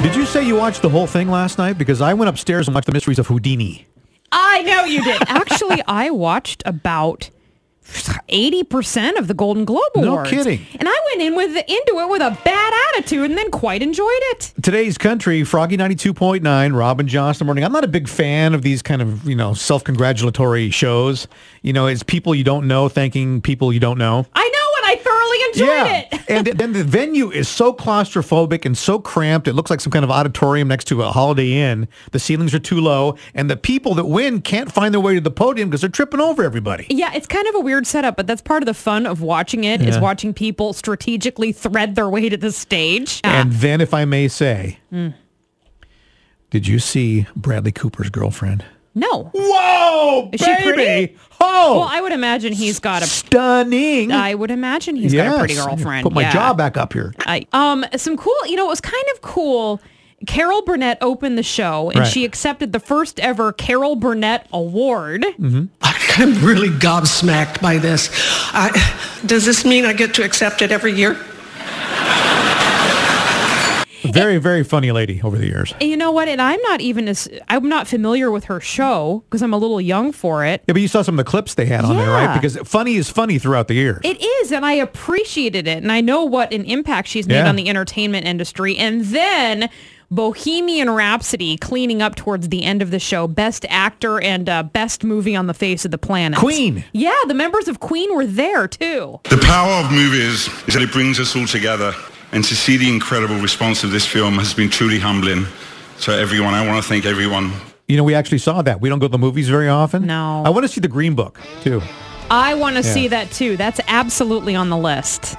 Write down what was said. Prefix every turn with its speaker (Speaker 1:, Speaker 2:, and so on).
Speaker 1: Did you say you watched the whole thing last night? Because I went upstairs and watched The Mysteries of Houdini.
Speaker 2: I know you did. Actually, I watched about 80% of the Golden Globe
Speaker 1: No
Speaker 2: Awards.
Speaker 1: kidding.
Speaker 2: And I went in with into it with a bad attitude and then quite enjoyed it.
Speaker 1: Today's country, Froggy 92.9, Robin Johnson morning. I'm not a big fan of these kind of, you know, self-congratulatory shows. You know, it's people you don't know thanking people you don't know.
Speaker 2: I know and I thoroughly enjoyed
Speaker 1: Yeah.
Speaker 2: it.
Speaker 1: and then the venue is so claustrophobic and so cramped. It looks like some kind of auditorium next to a Holiday Inn. The ceilings are too low, and the people that win can't find their way to the podium because they're tripping over everybody.
Speaker 2: Yeah, it's kind of a weird setup, but that's part of the fun of watching it is
Speaker 1: Yeah.
Speaker 2: watching people strategically thread their way to the stage.
Speaker 1: And then, if I may say,
Speaker 2: Hmm.
Speaker 1: did you see Bradley Cooper's girlfriend?
Speaker 2: no.
Speaker 1: Whoa,
Speaker 2: Is she pretty?
Speaker 1: Oh,
Speaker 2: Well, I would imagine he's got a
Speaker 1: stunning.
Speaker 2: I would imagine he's got a pretty
Speaker 1: Yes.
Speaker 2: girlfriend.
Speaker 1: Put my
Speaker 2: yeah.
Speaker 1: jaw back up here.
Speaker 2: I, um, some cool, you know, it was kind of cool. Carol Burnett opened the show and
Speaker 1: Right.
Speaker 2: she accepted the first ever Carol Burnett Award.
Speaker 1: Mm.
Speaker 3: I'm really gobsmacked by this. I, does this mean I get to accept it every year?
Speaker 1: Very, very funny lady over the years.
Speaker 2: And you know what? And I'm not even as, I'm not familiar with her show because I'm a little young for it.
Speaker 1: Yeah, but you saw some of the clips they had on there, right?
Speaker 2: Yeah.
Speaker 1: Because funny is funny throughout the years.
Speaker 2: It is, and I appreciated it. And I know what an impact she's made
Speaker 1: Yeah.
Speaker 2: on the entertainment industry. And then Bohemian Rhapsody cleaning up towards the end of the show, best actor and uh, best movie on the face of the planet.
Speaker 1: Queen.
Speaker 2: Yeah, the members of Queen were there too.
Speaker 4: The power of movies is that it brings us all together, and to see the incredible response of this film has been truly humbling. So everyone, I want to thank everyone.
Speaker 1: You know, we actually saw that. We don't go to the movies very often.
Speaker 2: No.
Speaker 1: I want to see the Green Book too.
Speaker 2: I want to
Speaker 1: Yeah.
Speaker 2: see that too. That's absolutely on the list.